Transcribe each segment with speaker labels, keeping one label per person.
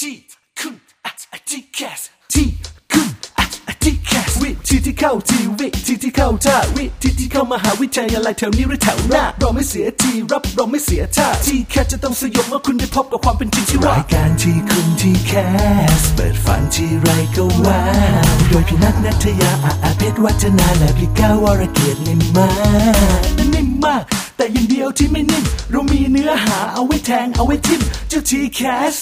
Speaker 1: ที่คุณอาจที่แคสที่คุณอาจที่แคสวิธีที่เข้าทีวิธีที่เข้าท่าวิธีที่เข้ามหาวิทยาลัยแถวนี้หรือแถวหน้าเราไม่เสียทีรับเราไม่เสียท่าที่แคสจะต้องสยบเมื่อคุณได้พบกับความเป็นจริงที่ว่ารายการที่คุณที่แคสเปิดฝันที่ไรก็ว่าโดยพี่นัทนัทยาอาอาเพชรวัฒนาและพี่ก้าวรเกียรตินิ่มมากนิ่มมาก แต่อย่างเดียวที่ไม่นิ่มเรามีเนื้อหาเอาไว้แทงเอาไว้ทิมเจ้าทีแคส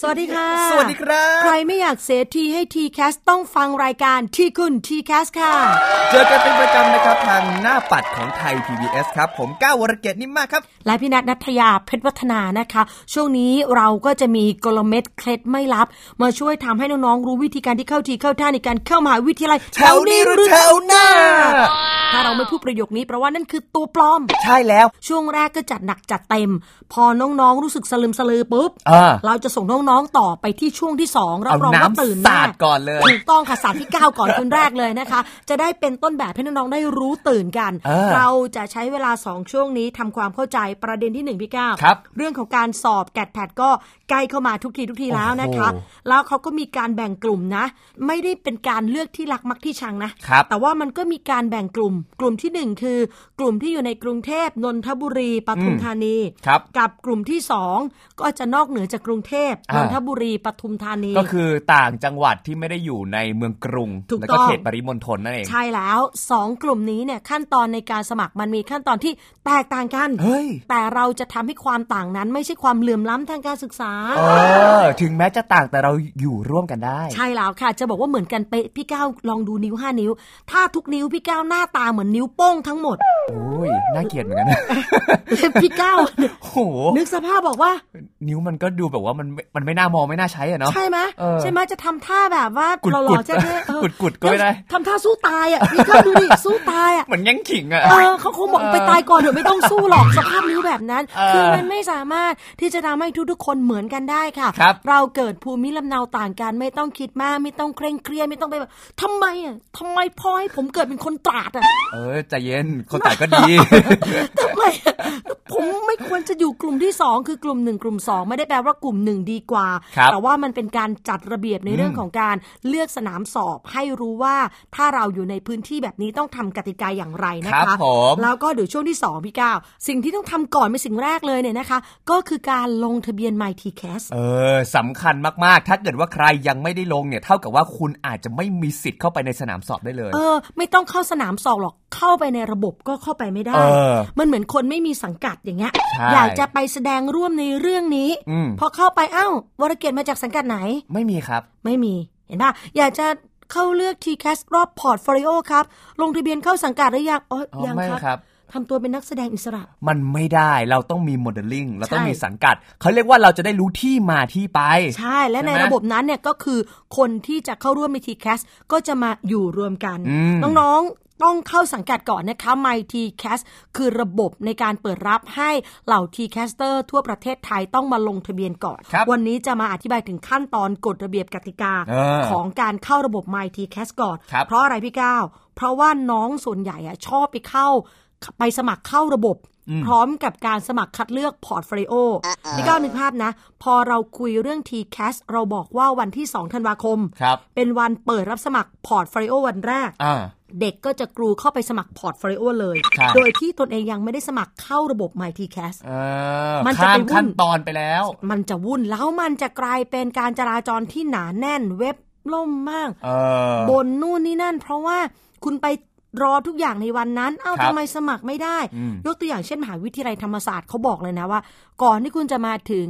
Speaker 2: สวัสดีค่ะ
Speaker 3: สวัสดีครับ
Speaker 2: ใครไม่อยากเสียทีให้ทีแคสต้องฟังรายการที่คุณทีแคสค่ะ
Speaker 3: เจอกันเป็นประจำนะครับทางหน้าปัดของไทย PBS ครับ ผมก้าววรเกียรตินิ่มมากครับ
Speaker 2: และพี่นัทนัทยาเพชรวัฒนานะคะ ช่วงนี้เราก็จะมีกลเม็ดเคล็ดไม่ลับ มาช่วยทำให้น้องๆรู้วิธีการที่เข้าทีเข้าท่าในการเข้ามหาวิทยาลัย
Speaker 3: แถวนี้หรือแถวหน้า
Speaker 2: ถ้าเราไม่พูดประโยคนี้แปลว่านั่นคือตัวปลอม
Speaker 3: ใช่แล้ว
Speaker 2: ช่วงแรกก็จัดหนักจัดเต็ม พอน้องๆรู้สึกสลืมสลือปุ๊บ
Speaker 3: อ่า
Speaker 2: เราจะส่งน้องๆต่อไปที่ช่วงที่สองรับรองว่า
Speaker 3: เอาน้ำ
Speaker 2: ตื่นแ
Speaker 3: สาดก่อนเลย
Speaker 2: ถูกต้องค่ะสาดที่เก้าก่อนคนแรกเลยนะคะ จะได้เป็นต้นแบบให้น้องๆได้รู้ตื่นกัน
Speaker 3: เออ
Speaker 2: เราจะใช้เวลาสองช่วงนี้ทำความเข้าใจประเด็นที่หนึ่งพี่ก้าว
Speaker 3: ครับ
Speaker 2: เรื่องของการสอบแกดแพดก็ใกล้เข้ามาทุกทีทุกทีแล้วนะคะ
Speaker 3: โอ้โห
Speaker 2: แล้วเขาก็มีการแบ่งกลุ่มนะ ไม่ได้เป็นการเลือกที่รักมักที่ชังนะ
Speaker 3: ครับ
Speaker 2: แต่ว่ามันก็มีการแบ่งกลุ่ม กลุ่มทีหนึ่1 คือกลุ่มที่อยู่ในกรุงเทพนนทบุรีปทุมธานี
Speaker 3: ครับ
Speaker 2: กับกลุ่มที่ 2 ก็จะนอกเหนือจากกรุงเทพน
Speaker 3: อ่าน น
Speaker 2: ทบุรีปทุมธานี
Speaker 3: ก็คือต่างจังหวัดที่ไม่ได้อยู่ในเมืองกรุง
Speaker 2: ถูกต้อง
Speaker 3: แล้วก็เขตปริมณฑลนั่นเอง
Speaker 2: ใช่แล้ว 2 กลุ่มนี้เนี่ยขั้นตอนในการสมัครมันมีขั้นตอนที่แตกต่างกัน
Speaker 3: เฮ้ย
Speaker 2: แต่เราจะทำให้ความต่างนั้นไม่ใช่ความเหลื่อมล้ำทางการศึกษา
Speaker 3: เออ ถึงแม้จะต่างแต่เราอยู่ร่วมกันได้
Speaker 2: ใช่แล้วค่ะ จะบอกว่าเหมือนกันเป๊ะพี่ก้าวลองดูนิ้ว 5 นิ้ว ถ้าทุกนิ้วพี่ก้าวหน้าตาเหมือนนิ้วโป้งทั้งหมด
Speaker 3: โอ้ย น่าเกลียดเหมือนกันนะ
Speaker 2: พี่ก้าว
Speaker 3: โอ้ โห
Speaker 2: นึกสภาพบอกว่า
Speaker 3: นิ้วมันก็ดูแบบว่ามันไม่มันไม่น่ามองไม่น่าใช้อะเนาะ
Speaker 2: ใช่ไหม
Speaker 3: เออ
Speaker 2: ใช่ไหมจะทำท่าแบบว่า
Speaker 3: กุดๆ
Speaker 2: หล่อๆจะได้เออ
Speaker 3: กุดๆก็ไม่ได้
Speaker 2: ทำท่าสู้ตายอ่ะนี่ก็ดู ดิ สู้ตายอ่ะ
Speaker 3: เหมือนแย่งขิงอะ
Speaker 2: เออเขาคงบอกไปตายก่อนเถอะไม่ต้องสู้หรอกสภาพนิ้วแบบนั้น
Speaker 3: เออ
Speaker 2: คือมันไม่สามารถที่จะทำให้ทุกๆคนเหมือนกันได้ค่ะ
Speaker 3: ครับ
Speaker 2: เราเกิดภูมิลำเนาต่างกันไม่ต้องคิดมากไม่ต้องเคร่งเครียดไม่ต้องไปแบบทำไมอ่ะทำไมพ่อให้ผมเกิดเป็นคนตราดอ่ะ
Speaker 3: เออใจเย็น คนต่างก็ดี
Speaker 2: ทำไมอะผมไม่ควรจะอยู่กลุ่มที่ 2 คือกลุ่ม 1 กลุ่ม 2 ไม่ได้แปลว่ากลุ่ม 1 ดีกว่า
Speaker 3: ครับ
Speaker 2: แต่ว่ามันเป็นการจัดระเบียบในเรื่องของการเลือกสนามสอบให้รู้ว่าถ้าเราอยู่ในพื้นที่แบบนี้ต้องทำกติกาอย่างไรนะ
Speaker 3: ครั
Speaker 2: คะ
Speaker 3: บผม
Speaker 2: แล้วก็เดี๋ยวช่วงที่ 2 พี่ก้าวสิ่งที่ต้องทำก่อนเป็นสิ่งแรกเลยเนี่ยนะคะ ก็คือการลงทะเบียน My t c a s
Speaker 3: เออสำคัญมาก ๆ ถ้าเกิดว่าใครยังไม่ได้ลงเนี่ย เท่ากับว่าคุณอาจจะไม่มีสิทธิ์เข้าไปในสนามสอบได้เลย
Speaker 2: เออไม่ต้องเข้าสนามสอบหรอกเข้าไปในระบบก็เข้าไปไม่ได้
Speaker 3: เออ
Speaker 2: มันเหมือนคนไม่มีสังกัดอย่างเงี้ย
Speaker 3: ใช่
Speaker 2: อยากจะไปแสดงร่วมในเรื่องนี้
Speaker 3: อืม
Speaker 2: พอเข้าไปอ้าววรเกียรติมาจากสังกัดไหน
Speaker 3: ไม่มีครับ
Speaker 2: ไม่มีเห็นป่ะอยากจะเข้าเลือก t c a s รอบพอร์ตโฟลิโอครับ ลงทะเบียนเข้าสังกัดหรือยังอ๋อ
Speaker 3: อ๋อ
Speaker 2: ยัง
Speaker 3: ไม่
Speaker 2: ครับ
Speaker 3: ครับ
Speaker 2: ทำตัวเป็นนักแสดงอิสระ
Speaker 3: มันไม่ได้เราต้องมีโมเดลลิ่งเราต้อง
Speaker 2: ใช่
Speaker 3: มีสังกัด เขาเรียกว่าเราจะได้รู้ที่มาที่ไป
Speaker 2: ใช่ และใน
Speaker 3: ใช่ไหม
Speaker 2: ระบบนั้นเนี่ยก็คือคนที่จะเข้าร่วมใน t c a s ก็จะมาอยู่รวมกัน
Speaker 3: อืม
Speaker 2: น้องๆต้องเข้าสังกัดก่อนนะคะ My t c a s คือระบบในการเปิดรับให้เหล่า t c a s t e r ทั่วประเทศไทยต้องมาลงทะเบียนก่อน
Speaker 3: ครับ
Speaker 2: วันนี้จะมาอธิบายถึงขั้นตอนกฎระเบียบกติกา
Speaker 3: เออ
Speaker 2: ของการเข้าระบบ My t c a s ก่อน
Speaker 3: ครับ
Speaker 2: เพราะอะไรพี่ก้าวเพราะว่าน้องส่วนใหญ่อะชอบไปเข้า ไปสมัครเข้าระบบ พร้อมกับการสมัครคัดเลือกพอร์ตโฟลิโอพี่ก้าวนึกภาพนะ พอเราคุยเรื่อง TCAS เราบอกว่าวันที่ 2 ธันวาคม
Speaker 3: ครับ
Speaker 2: เป็นวันเปิดรับสมัครพอร์ตโฟลิโอวันแรก
Speaker 3: อ่า
Speaker 2: เด็กก็จะกรูเข้าไปสมัครพอร์ตโฟลิโอเลย
Speaker 3: ครับ
Speaker 2: โดยที่ตนเองยังไม่ได้สมัครเข้าระบบ My TCAS
Speaker 3: เออ
Speaker 2: มันจะ
Speaker 3: ข้า
Speaker 2: ไป
Speaker 3: ม
Speaker 2: วุ่น
Speaker 3: ขั้นตอนไปแล้ว
Speaker 2: มันจะวุ่นแล้วมันจะกลายเป็นการจราจรที่หนาแน่นเว็บล่มมาก
Speaker 3: เออ
Speaker 2: บนนู่นนี่นั่น เพราะว่าคุณไปรอทุกอย่างในวันนั้น เอ้า
Speaker 3: ครับ
Speaker 2: ทำไมสมัครไม่ได้
Speaker 3: อืม
Speaker 2: ยกตัวอย่างเช่นมหาวิทยาลัยธรรมศาสตร์เขาบอกเลยนะว่า ก่อนที่คุณจะมาถึง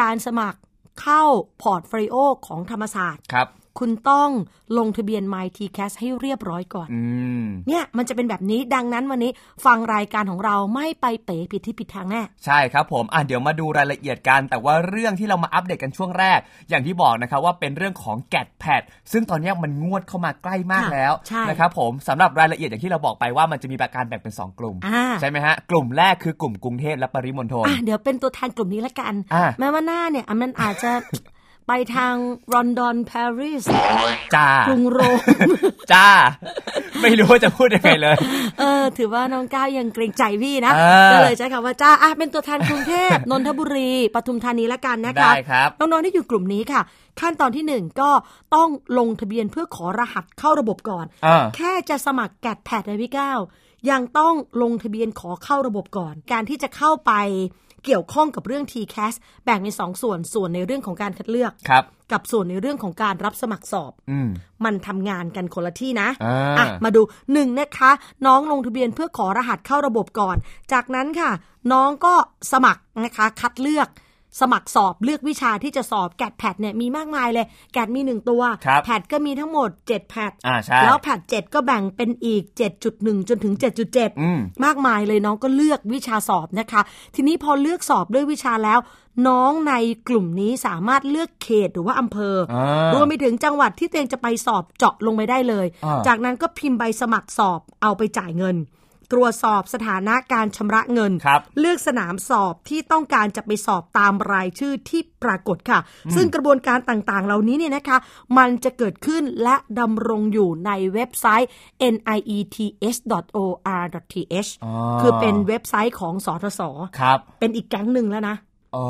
Speaker 2: การสมัครเข้าพอร์ตโฟลิโอของธรรมศาสตร์
Speaker 3: ครับ
Speaker 2: คุณต้องลงทะเบียน My t c a s ให้เรียบร้อยก่อน
Speaker 3: อืม
Speaker 2: เนี่ยมันจะเป็นแบบนี้ดังนั้นวันนี้ฟังรายการของเราไม่ไปเป๋ผิดที่ผิดทางแน่
Speaker 3: ใช่ครับผมอ่ะเดี๋ยวมาดูรายละเอียดกัน แต่ว่าเรื่องที่เรามาอัปเดตกันช่วงแรก อย่างที่บอกนะครับว่าเป็นเรื่องของแกดแพดซึ่งตอนเนี้ยมันงวดเข้ามาใกล้มาก
Speaker 2: ค่ะ
Speaker 3: แล้ว
Speaker 2: ใช่
Speaker 3: นะครับผมสำหรับรายละเอียดอย่างที่เราบอกไปว่ามันจะมีประการแบ่งเป็น 2 กลุ่ม
Speaker 2: อ่า
Speaker 3: ใช่ไหมฮะ กลุ่มแรกคือกลุ่มกรุงเทพและปริมณฑล
Speaker 2: อ่ะเดี๋ยวเป็นตัวแทนกลุ่มนี้ละกัน
Speaker 3: อ่ะ
Speaker 2: แม้ว่าหน้าเนี่ยอ่ะมันอาจจะ ไปทางลอนดอนปารีส
Speaker 3: จ้าก
Speaker 2: รุงโรม
Speaker 3: จ้า ไม่รู้ว่าจะพูดยังไงเลย
Speaker 2: เออ ถือว่าน้องก้าวยังเกรงใจพี่นะ
Speaker 3: เออ
Speaker 2: ก็เลยใช้คำว่าจ้าอ่ะเป็นตัวแทนกรุงเทพ นนทบุรีปทุมธานีละกันนะคะ
Speaker 3: ได้ครับ
Speaker 2: น้องๆที่อยู่กลุ่มนี้ค่ะ ขั้นตอนที่หนึ่งก็ต้องลงทะเบียนเพื่อขอรหัสเข้าระบบก่อน
Speaker 3: อ่า
Speaker 2: แค่จะสมัครแกดแพดนะพี่ก้าวยังต้องลงทะเบียนขอเข้าระบบก่อน การที่จะเข้าไปเกี่ยวข้องกับเรื่อง TCAS แบ่งเป็นสองส่วนส่วนในเรื่องของการคัดเลือก
Speaker 3: ครับ
Speaker 2: กับส่วนในเรื่องของการรับสมัครสอบ
Speaker 3: อืม
Speaker 2: มันทำงานกันคนละที่นะ
Speaker 3: อ่า
Speaker 2: มาดูหนึ่งนะคะ น้องลงทะเบียนเพื่อขอรหัสเข้าระบบก่อน จากนั้นค่ะ น้องก็สมัครนะคะ คัดเลือก สมัครสอบเลือกวิชาที่จะสอบแกดแพดเนี่ยมีมากมายเลย แกดมีหนึ่งตัว
Speaker 3: ครับ
Speaker 2: แพดก็มีทั้งหมด 7 แพด
Speaker 3: อ่าใช่
Speaker 2: แล้วแพด7 ก็แบ่งเป็นอีก 7.1 จนถึง 7.7
Speaker 3: อืม
Speaker 2: มากมายเลยน้องก็เลือกวิชาสอบนะคะ ทีนี้พอเลือกสอบด้วยวิชาแล้ว น้องในกลุ่มนี้สามารถเลือกเขตหรือว่าอำเภออา รวมไปถึงจังหวัดที่ตัวเองจะไปสอบเจาะลงไปได้เลย
Speaker 3: อ่า
Speaker 2: จากนั้นก็พิมพ์ใบสมัครสอบเอาไปจ่ายเงิน ตรวจสอบสถานะการชำระเงิน
Speaker 3: ครับ
Speaker 2: เลือกสนามสอบที่ต้องการจะไปสอบตามรายชื่อที่ปรากฏค่ะ ซึ่งกระบวนการต่างๆ เหล่านี้เนี่ยนะคะ มันจะเกิดขึ้นและดำรงอยู่ในเว็บไซต์ niets.or.th
Speaker 3: อ๋อ
Speaker 2: คือเป็นเว็บไซต์ของสทศ
Speaker 3: ครับ
Speaker 2: เป็นอีกแก๊งหนึ่งแล้วนะ
Speaker 3: อ๋อ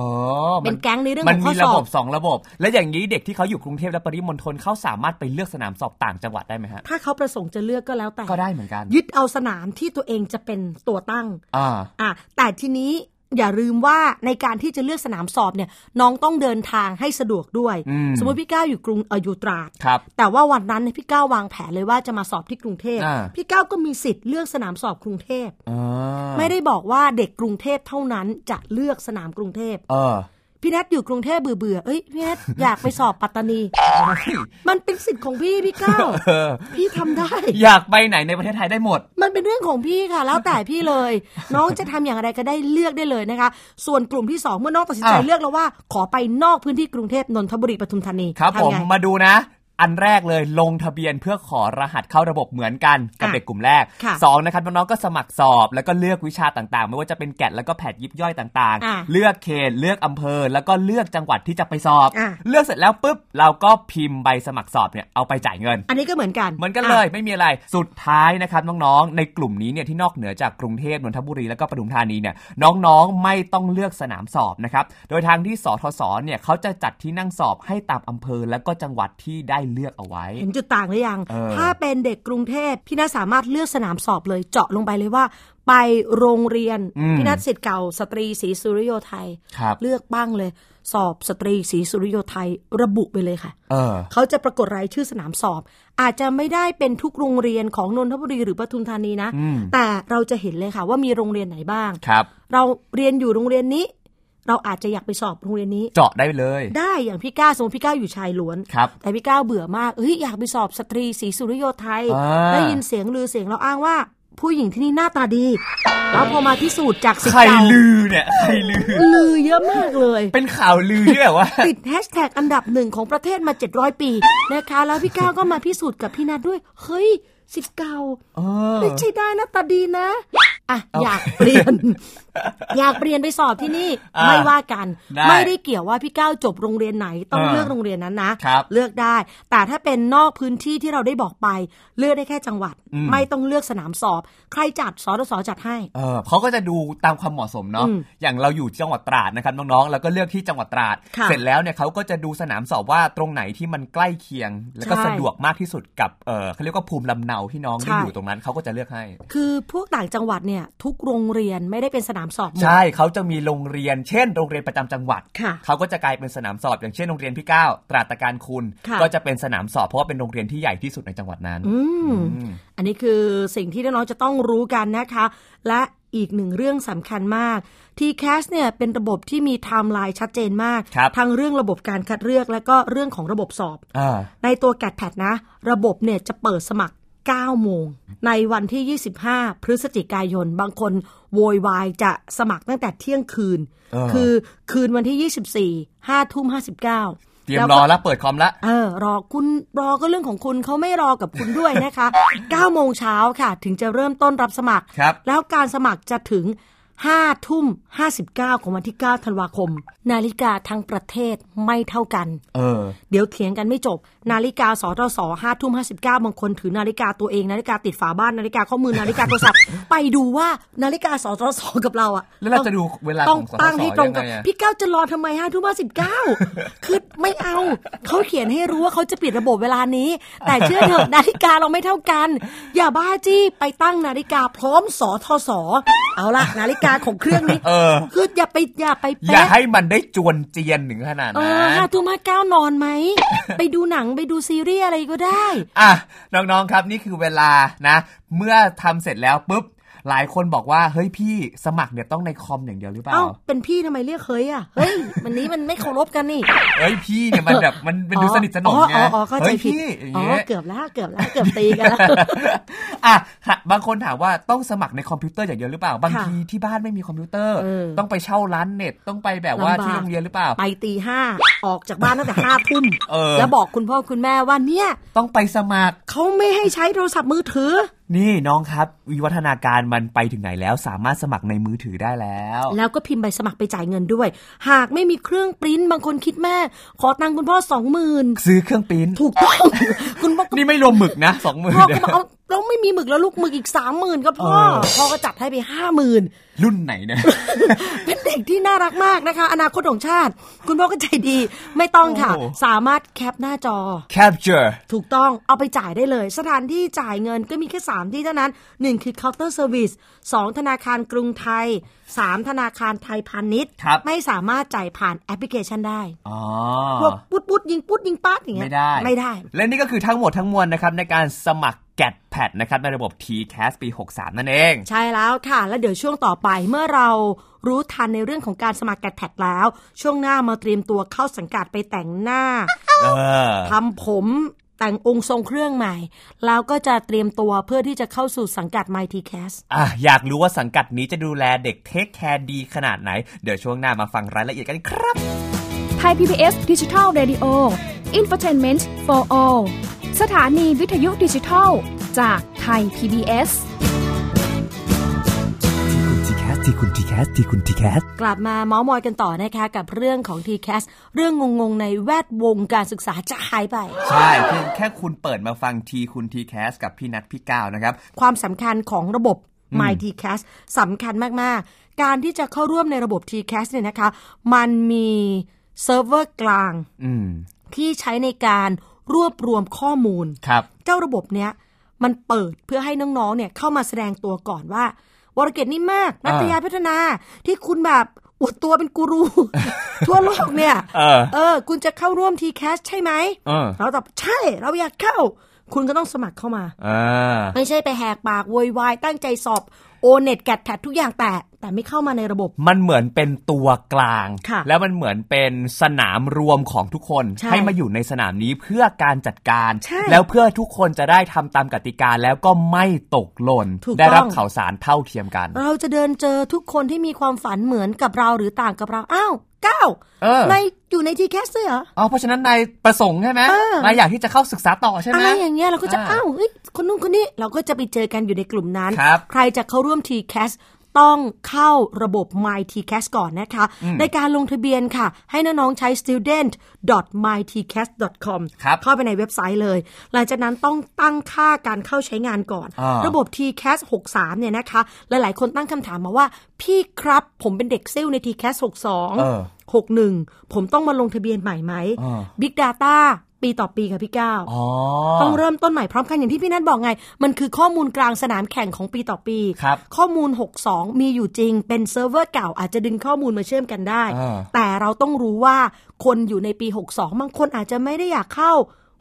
Speaker 3: มั
Speaker 2: เป็นแก๊งในเรื่อง
Speaker 3: มั
Speaker 2: ของข้
Speaker 3: มี
Speaker 2: อส
Speaker 3: ระ
Speaker 2: อ
Speaker 3: บบ บสองระบบ และอย่างนี้เด็กที่เขาอยู่กรุงเทพและปริมณฑลเขาสามารถไปเลือกสนามสอบต่างจังหวัดได้ไหมฮะ
Speaker 2: ถ้าเขาประสงค์จะเลือกก็แล้วแต่
Speaker 3: ก็ได้เหมือนกัน
Speaker 2: ยึดเอาสนามที่ตัวเองจะเป็นตัวตั้ง
Speaker 3: อ่า
Speaker 2: อ่ะแต่ทีนี้อย่าลืมว่าในการที่จะเลือกสนามสอบเนี่ยน้องต้องเดินทางให้สะดวกด้วย
Speaker 3: อืม
Speaker 2: สมมติพี่ก้าวอยู่กรุงเอออยู่ตราด
Speaker 3: ครับ
Speaker 2: แต่ว่าวันนั้นเนี่ยพี่ก้าววางแผนเลยว่าจะมาสอบที่กรุงเทพ
Speaker 3: อ่า
Speaker 2: พี่ก้าวก็มีสิทธิ์เลือกสนามสอบกรุงเทพ
Speaker 3: อ่า
Speaker 2: ไม่ได้บอกว่าเด็กกรุงเทพเท่านั้นจะเลือกสนามกรุงเทพ
Speaker 3: เออ
Speaker 2: พี่แนทอยู่กรุงเทพเบื่อเบื่อๆเอ้ยพี่แนท อยากไปสอบปัตตานี มันเป็นสิทธิ์ของพี่พี่ก้าว
Speaker 3: เออ
Speaker 2: พี่ทำได้
Speaker 3: อยากไปไหนในประเทศไทยได้หมด
Speaker 2: มันเป็นเรื่องของพี่ค่ะ แล้วแต่พี่เลย น้องจะทำอย่างไรก็ได้เลือกได้เลยนะคะ ส่วนกลุ่มที่ 2 เมื่อน้องตัดสินใจ
Speaker 3: อ่ะ
Speaker 2: เลือกแล้วว่า ขอไปนอกพื้นที่กรุงเทพนนทบุรีปทุมธานี
Speaker 3: ครับ
Speaker 2: ทำ
Speaker 3: ผม
Speaker 2: ไง
Speaker 3: มาดูนะ อันแรกเลยลงทะเบียนเพื่อขอรหัสเข้าระบบเหมือนกันกับ
Speaker 2: อ่ะ
Speaker 3: เด็กกลุ่มแรก
Speaker 2: ค่ะ
Speaker 3: สองนะครับน้องๆก็สมัครสอบ แล้วก็เลือกวิชาต่างๆ ไม่ว่าจะเป็นแกะแล้วก็แผดยิบย่อยต่าง
Speaker 2: อ่ะ
Speaker 3: ๆ เลือกเขตเลือกอำเภอ แล้วก็เลือกจังหวัดที่จะไปสอบ
Speaker 2: อ่ะ
Speaker 3: เลือกเสร็จแล้วปุ๊บเราก็พิมพ์ใบสมัครสอบเนี่ยเอาไปจ่ายเงิน
Speaker 2: อันนี้ก็เหมือนกัน
Speaker 3: เหมือนกัน
Speaker 2: อ่ะ
Speaker 3: เลยไม่มีอะไรสุดท้ายนะครับน้องๆ ในกลุ่มนี้เนี่ยที่นอกเหนือจากกรุงเทพนนทบุรีแล้วก็ปทุมธานีเนี่ยน้องๆไม่ต้องเลือกสนามสอบนะครับโดยทางที่สทศเนี่ยเขาจะจัดที่นั่งสอบให้ตามอำเภอแล้วก็จังหวัดที่ได้เลือกเอาไว้
Speaker 2: เห็นจุดต่างหรือยัง
Speaker 3: เออ
Speaker 2: ถ้าเป็นเด็กกรุงเทพพี่นัทสามารถเลือกสนามสอบเลยเจาะลงไปเลยว่า ไปโรงเรียน
Speaker 3: อืม
Speaker 2: พี่นัทสิทธิ์เก่าสตรีศรีสุริโยไทย
Speaker 3: ครับ
Speaker 2: เลือกบ้างเลย สอบสตรีศรีสุริโยไทยระบุไปเลยค่ะ
Speaker 3: เออ
Speaker 2: เขาจะปรากฏรายชื่อสนามสอบ อาจจะไม่ได้เป็นทุกโรงเรียนของนนทบุรีหรือปทุมธานีนะ
Speaker 3: อืม
Speaker 2: แต่เราจะเห็นเลยค่ะ ว่ามีโรงเรียนไหนบ้าง
Speaker 3: ครับ
Speaker 2: เราเรียนอยู่โรงเรียนนี้ เราอาจจะอยากไปสอบโรงเรียนนี้
Speaker 3: เจาะได้เลย
Speaker 2: ได้อย่างพี่ก้าวสมมติพี่ก้าวอยู่ชายล้วน
Speaker 3: ครับ
Speaker 2: แต่พี่ก้าวเบื่อมากเฮ้ยอยากไปสอบสตรีศรีสุริโยไทย
Speaker 3: อ่า
Speaker 2: ได้ยินเสียงลือเสียงเราอ้างว่า ผู้หญิงที่นี่หน้าตาดี แล้วพอมาพิสูจน์จากสิท
Speaker 3: ใคร
Speaker 2: ธิ์เก่า
Speaker 3: ลือเนี่ยใครลือ
Speaker 2: ลือเยอะมากเลย
Speaker 3: เป็นข่าวลือที่แบบว่า
Speaker 2: ติดแฮชแท็กอันดับหนึ่งของประเทศมา 700 ปีนะคะ แล้วพี่ก้าวก็มาพิสูจน์กับพี่นัทด้วย เฮ้ยสิทธิ์เก่า
Speaker 3: เออ
Speaker 2: ไม่ใช่ได้หนะตาดีนะอ่ะอยากเปลี่ยน อยากเปลี่ยนไปสอบที่นี่
Speaker 3: อ่า
Speaker 2: ไม่ว่ากัน
Speaker 3: ได้
Speaker 2: ไม่ได้เกี่ยวว่าพี่ก้าวจบโรงเรียนไหนต้อง
Speaker 3: อ่า
Speaker 2: เลือกโรงเรียนนั้นนะครับ เลือกได้ แต่ถ้าเป็นนอกพื้นที่ที่เราได้บอกไป เลือกได้แค่จังหวัด
Speaker 3: อืม
Speaker 2: ไม่ต้องเลือกสนามสอบ ใครจัดสรสจัดให้
Speaker 3: เออเขาก็จะดูตามความเหมาะสมเนาะ
Speaker 2: อืม
Speaker 3: อย่างเราอยู่จังหวัดตราดนะครับน้องๆ แล้วก็เลือกที่จังหวัดตราด
Speaker 2: ค่ะ
Speaker 3: เสร็จแล้วเนี่ยเขาก็จะดูสนามสอบว่าตรงไหนที่มันใกล้เคียง แล้วก็
Speaker 2: ใช่
Speaker 3: สะดวกมากที่สุดกับ เออเขาเรียกว่าภูมิลำเนาที่น้องได้อยู่ตรงนั้นเขาก็จะเลือกให้
Speaker 2: คือพวกต่างจังหวัดเนี่ย ทุกโรงเรียนไม่ได้เป็นสนามสอบหมด
Speaker 3: ใช่เขาจะมีโรงเรียน เช่น โรงเรียนประจำจังหวัด
Speaker 2: ค่ะ
Speaker 3: เขาก็จะกลายเป็นสนามสอบอย่างเช่นโรงเรียนพี่ก้าวตราดตะการคุณ
Speaker 2: ค่ะ
Speaker 3: ก็จะเป็นสนามสอบเพราะว่าเป็นโรงเรียนที่ใหญ่ที่สุดในจังหวัดนั้น
Speaker 2: อืม
Speaker 3: อืม
Speaker 2: อันนี้คือสิ่งที่น้องๆจะต้องรู้กันนะคะ และอีกหนึ่งเรื่องสำคัญมาก TCAS เนี่ยเป็นระบบที่มีไทม์ไลน์ชัดเจนมาก
Speaker 3: ครับ
Speaker 2: ทั้งเรื่องระบบการคัดเลือกและก็เรื่องของระบบสอบ
Speaker 3: อ่า
Speaker 2: ในตัวแกดแพดนะ ระบบเนี่ยจะเปิดสมัคร 9 โมง ในวันที่ 25 พฤศจิกายน บางคนโวยวายจะสมัครตั้งแต่เที่ยงคืน
Speaker 3: เออ
Speaker 2: คือคืนวันที่ 24 5ทุ่ม59
Speaker 3: เตรียมรอแล้วเปิดคอมละ
Speaker 2: เออรอคุณรอก็เรื่องของคุณเขาไม่รอกับคุณด้วย นะคะ 9โมงเช้าค่ะ ถึงจะเริ่มต้นรับสมัคร
Speaker 3: ครับ
Speaker 2: แล้วการสมัครจะถึง 5ทุ่ม 59 ของวันที่ 9 ธันวาคม นาฬิกาทั้งประเทศไม่เท่ากัน
Speaker 3: เออ
Speaker 2: เดี๋ยวเถียงกันไม่จบ นาฬิกาสทศห้าทุ่มห้าสิบเก้าบางคนถือนาฬิกาตัวเอง นาฬิกาติดฝาบ้าน นาฬิกาข้อมือ นาฬิกาโทรศัพท์ ไปดูว่านาฬิกาสทศกับเราอะ
Speaker 3: แล้วเราจะดูเวลาของ
Speaker 2: ต้อง
Speaker 3: สทศ
Speaker 2: ตั้งให้ตรงกัน
Speaker 3: ยังไงอะ
Speaker 2: พี่เก้าจะรอทำไมห้าทุ่มห้าสิบเก้าคือไม่เอาเขาเขียนให้รู้ว่าเขาจะปิดระบบเวลา นี้ แต่เชื่อเถอะ นาฬิกาเราไม่เท่ากัน อย่าบ้าจี้ไปตั้งนาฬิกาพร้อมสทศเอาละนาฬิกาของเครื่อง นี้
Speaker 3: เออ
Speaker 2: คืออย่าไปอย่าไป
Speaker 3: อย่า
Speaker 2: แปะ
Speaker 3: ให้มันได้จวนเจียนถึงขนาด
Speaker 2: เอ
Speaker 3: นั้
Speaker 2: อน ห้าทุ่มห้าเก้านอนไห ม ไปดูหนังไปดูซีรีส์อะไรก็ได้
Speaker 3: อ่ะน้องๆครับนี่คือเวลานะ เมื่อทำเสร็จแล้วปุ๊บ หลายคนบอกว่า เฮ้ยพี่สมัครเนี่ยต้องในคอมอย่างเดียวหรือเปล่า
Speaker 2: เอ้า เป็นพี่ทำไมเรียกเฮ้ยอ่ะ เฮ้ย วันนี้มันไม่เคารพกันนี่
Speaker 3: เฮ้ยพี่เนี่ยมันแบบมันมันดูสนิทสนม
Speaker 2: อ๋อ
Speaker 3: ไง
Speaker 2: อ๋ออ๋อเข้าใจ
Speaker 3: เฮ้ย
Speaker 2: ผิด
Speaker 3: พี่อย่าง
Speaker 2: อ๋อ
Speaker 3: เงี้ย
Speaker 2: เกือบแล้วเกือบแล้วเกือบตีกันแล้ว
Speaker 3: อ่ะค่ะบางคนถามว่าต้องสมัครในคอมพิวเตอร์อย่างเดียวหรือเปล่า บาง
Speaker 2: ค่ะ
Speaker 3: ทีที่บ้านไม่มีคอมพิวเตอร์
Speaker 2: เออ
Speaker 3: ต้องไปเช่าร้านเน็ต ต้องไป แบบว่า
Speaker 2: ลำบาก
Speaker 3: ที่โรงเรียนหรือเปล่า
Speaker 2: ไปตีห้าออกจากบ้านตั้งแต่ห้าทุ่ม
Speaker 3: เออ
Speaker 2: แล้วบอกคุณพ่อคุณแม่ว่าเนี่ย
Speaker 3: ต้องไปสมัคร
Speaker 2: เขาไม่ให้ใช้โทรศัพท์มือถือ
Speaker 3: นี่น้องครับ วิวัฒนาการมันไปถึงไหนแล้ว สามารถสมัครในมือถือได้แล้ว
Speaker 2: แล้วก็พิมพ์ใบสมัครไปจ่ายเงินด้วย หากไม่มีเครื่องปริ้นบางคนคิดแม่ ขอตังค์คุณพ่อสองหมื่น
Speaker 3: ซื้อเครื่องปริ้น
Speaker 2: ถูกต้อง คุณพ่อ
Speaker 3: นี่ไม่รวมหมึกนะสองหมื่น
Speaker 2: พ่อก็บอกเอาแล้วไม่มีหมึกแล้วลูกหมึกอีกสามหมื่นก็พ่อพ่อก็จัดให้ไปห้าหมื่น
Speaker 3: รุ่นไหน เนี่ย
Speaker 2: เป็นเด็กที่น่ารักมากนะคะ อนาคตของชาติ คุณพ่อก็ใจดีไม่ต้องค่ะ
Speaker 3: โอ้
Speaker 2: สามารถแคปหน้าจอ
Speaker 3: capture
Speaker 2: ถูกต้องเอาไปจ่ายได้เลย สถานที่จ่ายเงินก็มีแค่ 3 ที่เท่านั้น 1 คือเคาน์เตอร์เซอร์วิส2ธนาคารกรุงไทย 3 ธนาคารไทยพาณิชย์
Speaker 3: ครับ
Speaker 2: ไม่สามารถจ่ายผ่านแอปพลิเคชันได้
Speaker 3: อ๋อ
Speaker 2: พวกปุ๊ดปุ๊ดยิงปุ๊ดยิงป๊าดอย่างเงี้
Speaker 3: ไม่
Speaker 2: ย
Speaker 3: ได้
Speaker 2: ไม่ได้
Speaker 3: และนี่ก็คือทั้งหมดทั้งมวลนะครับในการสมัคร g a t p a d นะครับในระบบ TCAS ปี 63 นั่นเอง
Speaker 2: ใช่แล้วค่ะ แล้วเดี๋ยวช่วงต่อไปเมื่อเรารู้ทันในเรื่องของการสมัครแกดแพดแล้ว ช่วงหน้ามาเตรียมตัวเข้าสังกัดไปแต่งหน้า
Speaker 3: เออ
Speaker 2: ทำผมแต่งองค์ทรงเครื่องใหม่ แล้วก็จะเตรียมตัวเพื่อที่จะเข้าสู่สังกัด MyTCast
Speaker 3: อ่ะอยากรู้ว่าสังกัดนี้จะดูแลเด็กเทคแคร์ดีขนาดไหน เดี๋ยวช่วงหน้ามาฟังรายละเอียดกันครับ
Speaker 4: ไทย PBS ดิจิทัล Radio Infotainment for All สถานีวิทยุดิจิทัล จากไทย PBS
Speaker 1: ที่คุณทีแคสที่คุณทีแคส
Speaker 2: กลับมาเมาส์มอยกันต่อนะคะกับเรื่องของ TCast เรื่องงงๆ ในแวดวงการศึกษาจะหายไป
Speaker 3: ใช่เพียงแค่คุณเปิดมาฟังทีคุณ TCAS กับพี่นัทพี่ก้าวนะครับ
Speaker 2: ความสำคัญของระบบ MyTCast สำคัญมาก ๆ การที่จะเข้าร่วมในระบบ TCast เนี่ยนะคะ มันมีเซิร์ฟเวอร์กลาง
Speaker 3: อืม
Speaker 2: ที่ใช้ในการรวบรวมข้อมูล
Speaker 3: ครับ
Speaker 2: เจ้าระบบเนี้ยมันเปิดเพื่อให้น้องๆ เนี่ยเข้ามาแสดงตัวก่อนว่า วรเกตนี่มากนัตยาพัฒนาที่คุณแบบอวดตัวเป็นกู รู ทั่วโลกเนี่ย
Speaker 3: เออ
Speaker 2: เออ คุณจะเข้าร่วมทีแคสใช่ไหม
Speaker 3: เออ
Speaker 2: เราตอบใช่เราอยากเข้า คุณก็ต้องสมัครเข้ามา
Speaker 3: อ่า
Speaker 2: ไม่ใช่ไปแหกปากโวยวายตั้งใจสอบโอเน็ตแกดแพดทุกอย่างแต่แต่ไม่เข้ามาในระบบ
Speaker 3: มันเหมือนเป็นตัวกลาง
Speaker 2: ค่ะ
Speaker 3: แล้วมันเหมือนเป็นสนามรวมของทุกคน
Speaker 2: ใช่
Speaker 3: มาอยู่ในสนามนี้เพื่อการจัดการ
Speaker 2: ใช่
Speaker 3: แล้วเพื่อทุกคนจะได้ทำตามกติกาแล้วก็ไม่ตกหล่น
Speaker 2: ถูกต้อง
Speaker 3: ได้รับข่าวสารเท่าเทียมกัน
Speaker 2: เราจะเดินเจอทุกคนที่มีความฝันเหมือนกับเราหรือต่างกับเรา อ้าวก้าว
Speaker 3: เออ
Speaker 2: ในอยู่ในทีแคสเหรอ
Speaker 3: อ๋อเพราะฉะนั้นนายประสงค์ใช่ไหม
Speaker 2: เออ
Speaker 3: นายอยากที่จะเข้าศึกษาต่อใช่ไห
Speaker 2: อะ
Speaker 3: ม
Speaker 2: ไรอย่างเงี้ยเราก็จะ
Speaker 3: อ่า
Speaker 2: อ้าวเฮ้ยคนนู้นคนนี้เราก็จะไปเจอกันอยู่ในกลุ่มนั้น
Speaker 3: ครับ
Speaker 2: ใครจะเข้าร่วม t c a s สต้องเข้าระบบ My t c a s ก่อนนะคะ ในการลงทะเบียนค่ะ ให้น้องๆใช้ student my t c a s com
Speaker 3: ครับ
Speaker 2: เข้าไปในเว็บไซต์เลย หลังจากนั้นต้องตั้งค่าการเข้าใช้งานก่อน
Speaker 3: อ่า
Speaker 2: ระบบ t c a s 63 เนี่ยนะคะ หลายๆ คนตั้งคำถามมาว่า พี่ครับผมเป็นเด็กซิ่วใน t c a s
Speaker 3: เออ
Speaker 2: 62 61 ผมต้องมาลงทะเบียนใหม่ไหม
Speaker 3: อ่า
Speaker 2: Big Data ปีต่อปีค่ะพี่ก้าว
Speaker 3: อ๋อ
Speaker 2: ต้องเริ่มต้นใหม่พร้อมกันอย่างที่พี่นัทบอกไง มันคือข้อมูลกลางสนามแข่งของปีต่อปี
Speaker 3: ครับ
Speaker 2: ข้อมูล 62 มีอยู่จริง เป็นเซิร์ฟเวอร์เก่าอาจจะดึงข้อมูลมาเชื่อมกันได้
Speaker 3: อ่า
Speaker 2: แต่เราต้องรู้ว่าคนอยู่ในปี 62 บางคนอาจจะไม่ได้อยากเข้า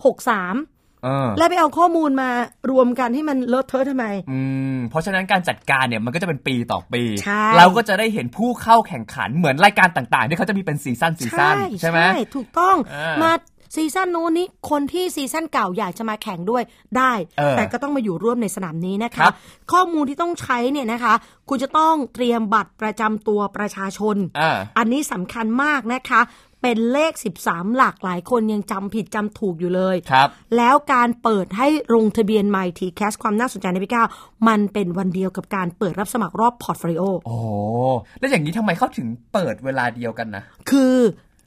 Speaker 2: 63
Speaker 3: เออ
Speaker 2: แล้วไปเอาข้อมูลมารวมกันให้มันเลอะเทอะทำไม
Speaker 3: อืมเพราะฉะนั้นการจัดการเนี่ยมันก็จะเป็นปีต่อปี
Speaker 2: ใช่
Speaker 3: เราก็จะได้เห็นผู้เข้าแข่งขันเหมือนรายการต่างๆ ที่เขาจะมีเป็นซีซั่นซีซั่นใช่ไหม
Speaker 2: ใช่ถูกต้อง
Speaker 3: อ่า
Speaker 2: มาซีซั่นนู้นนี้คนที่ซีซั่นเก่าอยากจะมาแข่งด้วยได้
Speaker 3: เออ
Speaker 2: แต่ก็ต้องมาอยู่ร่วมในสนามนี้นะ
Speaker 3: ครั
Speaker 2: คะ
Speaker 3: บ
Speaker 2: ข้อมูลที่ต้องใช้เนี่ยนะคะ คุณจะต้องเตรียมบัตรประจำตัวประชาชน
Speaker 3: อ่า
Speaker 2: อันนี้สำคัญมากนะคะ เป็นเลข 13 หลักหลายคนยังจำผิดจำถูกอยู่เลย
Speaker 3: ครับ
Speaker 2: แล้วการเปิดให้ลงทะเบียนใหม่ทีแคสความน่าสนใจในปีเก้ามันเป็นวันเดียวกับการเปิดรับสมัครรอบพอร์ตโฟลิโอ
Speaker 3: โอ้แล้วอย่างนี้ทำไมเขาถึงเปิดเวลาเดียวกันนะ
Speaker 2: คือ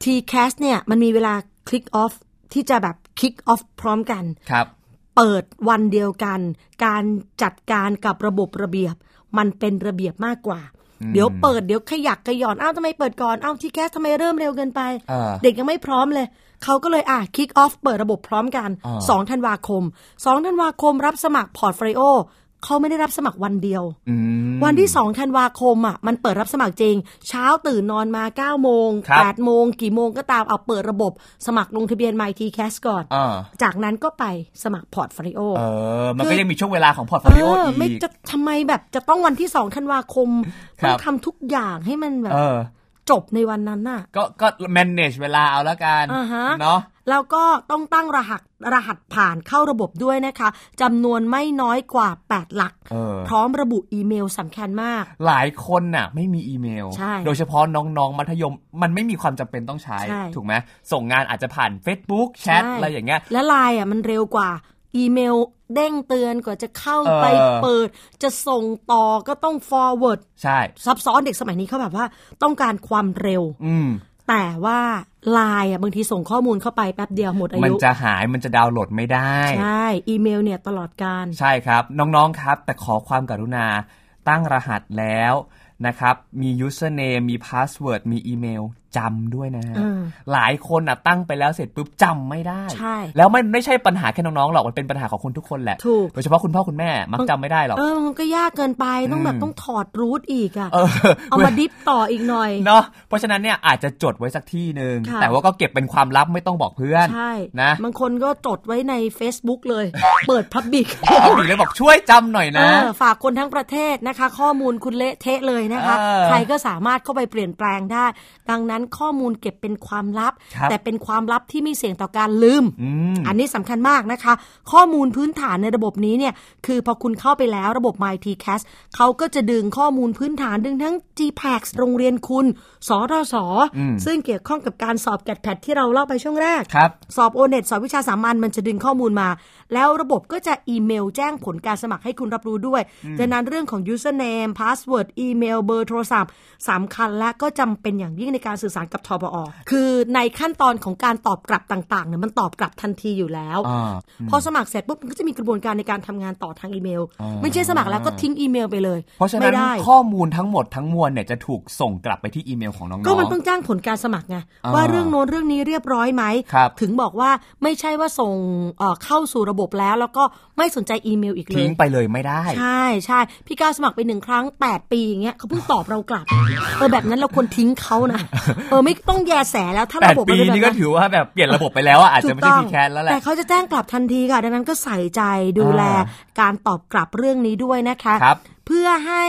Speaker 2: TCAS เนี่ย มันมีเวลาคลิกออฟที่จะแบบคลิกออฟพร้อมกัน
Speaker 3: ครับ
Speaker 2: เปิดวันเดียวกัน การจัดการกับระบบระเบียบ มันเป็นระเบียบมากกว่า เดี๋ยวเปิดเดี๋ยวขยักขย่อนอ้าวทำไมเปิดก่อนอ้าวทีแคสทำไมเริ่มเร็วเกินไป
Speaker 3: เออ
Speaker 2: เด็กยังไม่พร้อมเลย เขาก็เลยอ่ะคิกออฟเปิดระบบพร้อมกัน
Speaker 3: อ่า
Speaker 2: สองธันวาคมสองธันวาคมรับสมัครพอร์ตโฟลิโอเขาไม่ได้รับสมัครวันเดียว
Speaker 3: อืม
Speaker 2: วันที่2ธันวาคมอ่ะมันเปิดรับสมัครจริง เช้าตื่นนอนมา9ก้าโมง
Speaker 3: ครับ
Speaker 2: 8โมงกี่โมงก็ตามเอาเปิดระบบสมัครลงทะเบียน m y t c a s ก่อน
Speaker 3: อ่า
Speaker 2: จากนั้นก็ไปสมัครพอร์ตฟลิโอ
Speaker 3: เออ มันก็ยังมีช่วงเวลาของพอร์ตโฟลิโออี
Speaker 2: ไม่
Speaker 3: ก
Speaker 2: จะทำไมแบบจะต้องวันที่2ธันวาคม
Speaker 3: ครั
Speaker 2: ต้อบ งทำทุกอย่างให้มันแบบ
Speaker 3: เออ
Speaker 2: จบในวันนั้นน่ะ
Speaker 3: ก็ก็ manage เวลาเอาละกัน
Speaker 2: อ่าฮะ
Speaker 3: เนาะ
Speaker 2: แล้วก็ต้องตั้งรหัสรหัสผ่านเข้าระบบด้วยนะคะจำนวนไม่น้อยกว่า 8 หลัก
Speaker 3: เออ
Speaker 2: พร้อมระบุอีเมลสำคัญมาก
Speaker 3: หลายคนน่ะ ไม่มีอีเมล
Speaker 2: ใช่
Speaker 3: โดยเฉพาะน้องๆ มัธยม มันไม่มีความจำเป็นต้องใช้
Speaker 2: ใช่
Speaker 3: ถูกไหมส่งงานอาจจะผ่าน Facebook แชท
Speaker 2: ใช่
Speaker 3: อะไรอย่างเงี้ย
Speaker 2: และไลน์อ่ะมันเร็วกว่า อีเมลเด้งเตือนกว่าจะเข้า
Speaker 3: เออ
Speaker 2: ไปเปิด จะส่งต่อก็ต้อง forward
Speaker 3: ใช่
Speaker 2: ซับซ้อนเด็กสมัยนี้เขาแบบว่าต้องการความเร็ว
Speaker 3: อืม
Speaker 2: แต่ว่าไลน์อ่ะบางทีส่งข้อมูลเข้าไปแป๊บเดียวหมดอา
Speaker 3: มัน
Speaker 2: ยุ
Speaker 3: จะหายมันจะดาวน์โหลดไม่ได้
Speaker 2: ใช่ อีเมลเนี่ยตลอดการ
Speaker 3: ใช่ครับ น้อง ๆ ครับ แต่ขอความกรุณาตั้งรหัสแล้วนะครับ มี username มี password มีอีเมลจำด้วยนะฮะ
Speaker 2: อืม
Speaker 3: หลายคนอ่ะตั้งไปแล้วเสร็จปุ๊บจำไม่ได้
Speaker 2: ใช่
Speaker 3: แล้วมันไม่ใช่ปัญหาแค่น้อง ๆ หรอก มันเป็นปัญหาของคนทุกคนแหละ
Speaker 2: ถูก
Speaker 3: โดยเฉพาะคุณพ่อคุณแม่มักจำไม่ได้หรอก
Speaker 2: เออมันก็ยากเกินไปต้องแบบ
Speaker 3: อืม
Speaker 2: ต้องถอดรูทอีกอ่ะ
Speaker 3: เออ
Speaker 2: เอามาดิฟต่ออีกหน่อย
Speaker 3: เนาะเพราะฉะนั้นเนี่ยอาจจะจดไว้สักที่หนึ่ง
Speaker 2: ค่ะ
Speaker 3: แต่ว่าก็เก็บเป็นความลับไม่ต้องบอกเพื่อน
Speaker 2: ใช่
Speaker 3: นะ
Speaker 2: บางคนก็จดไว้ใน Facebook เลย เปิดพับ บิก
Speaker 3: เอาอีกแล้วบอกช่วยจำหน่อยนะ
Speaker 2: เออฝากคนทั้งประเทศนะคะ ข้อมูลคุณเละเทะเลยนะคะ
Speaker 3: เออ
Speaker 2: ใครก็สามารถเข้าไปเปลี่ยนแปลงได้ ดังนั้นข้อมูลเก็บเป็นความลับ
Speaker 3: ครับ
Speaker 2: แต่เป็นความลับที่มีเสี่ยงต่อการลืม
Speaker 3: ม
Speaker 2: อันนี้สำคัญมากนะคะ ข้อมูลพื้นฐานในระบบนี้เนี่ย คือพอคุณเข้าไปแล้วระบบ MyTCAS เขาก็จะดึงข้อมูลพื้นฐานดึงทั้ง g p a c โรงเรียนคุณสรสซึ่งเกี่ยวข้องกับการสอบแกดแพดที่เราเล่าไปช่วงแรก
Speaker 3: ครับ
Speaker 2: สอบโอเน็ตสอบวิชาสามัญมันจะดึงข้อมูลมา แล้วระบบก็จะอีเมลแจ้งผลการสมัครให้คุณรับรู้ด้วยดังนั้นเรื่องของ username password อีเมลเบอร์โทรศัพท์สำคัญและก็จำเป็นอย่างยิ่งในการสื่อสารกับทบอ คือในขั้นตอนของการตอบกลับต่างๆเนี่ยมันตอบกลับทันทีอยู่แล้ว
Speaker 3: อ่า
Speaker 2: พอสมัครเสร็จปุ๊บมันก็จะมีกระบวนการในการทำงานต่อทางอีเมล ไม่ใช่สมัครแล้วก็ทิ้งอีเมลไปเลย
Speaker 3: เพราะฉะนั้
Speaker 2: ไม่
Speaker 3: น
Speaker 2: ได้
Speaker 3: ข้อมูลทั้งหมดทั้งมวลเนี่ยจะถูกส่งกลับไปที่อีเมลของน้องๆ
Speaker 2: ก็มันต้องจ้างผลการสมัครไง
Speaker 3: อ่า
Speaker 2: ว่าเรื่องโน้นเรื่องนี้เรียบร้อยไหม
Speaker 3: ครับ
Speaker 2: ถึงบอกว่าไม่ใช่ว่าส่งเอ่อเข้าสู่ระบบแล้ว แล้วก็ไม่สนใจอีเมลอีกเล
Speaker 3: ทิ้
Speaker 2: ย
Speaker 3: งไปเลยไม่ได้
Speaker 2: ใช่ใช่พี่ก้าวสมัครไปหนึ่งครั้ง 8 ปีอย่างเงี้ยเขาเพิ่งตอบเรากลับ เออแบบนั้นเราควรทิ้งเขา นะ เออไม่ต้องแยแสแล้วถ้า
Speaker 3: แป
Speaker 2: ระ
Speaker 3: ด
Speaker 2: บบมั
Speaker 3: ปี
Speaker 2: เป็แบบ
Speaker 3: นี่ก็ถือว่าแบบเปลี่ยนระบบไปแล้วอะอาจจะไม่ใช่
Speaker 2: ถูกต้
Speaker 3: ที
Speaker 2: อง
Speaker 3: แคสแล้วแหละ
Speaker 2: แต่เขาจะแจ้งกลับทันทีค่ะ ดังนั้นก็ใส่ใจดูแล
Speaker 3: อ่า
Speaker 2: การตอบกลับเรื่องนี้ด้วยนะคะ
Speaker 3: ครับ
Speaker 2: เพื่อให้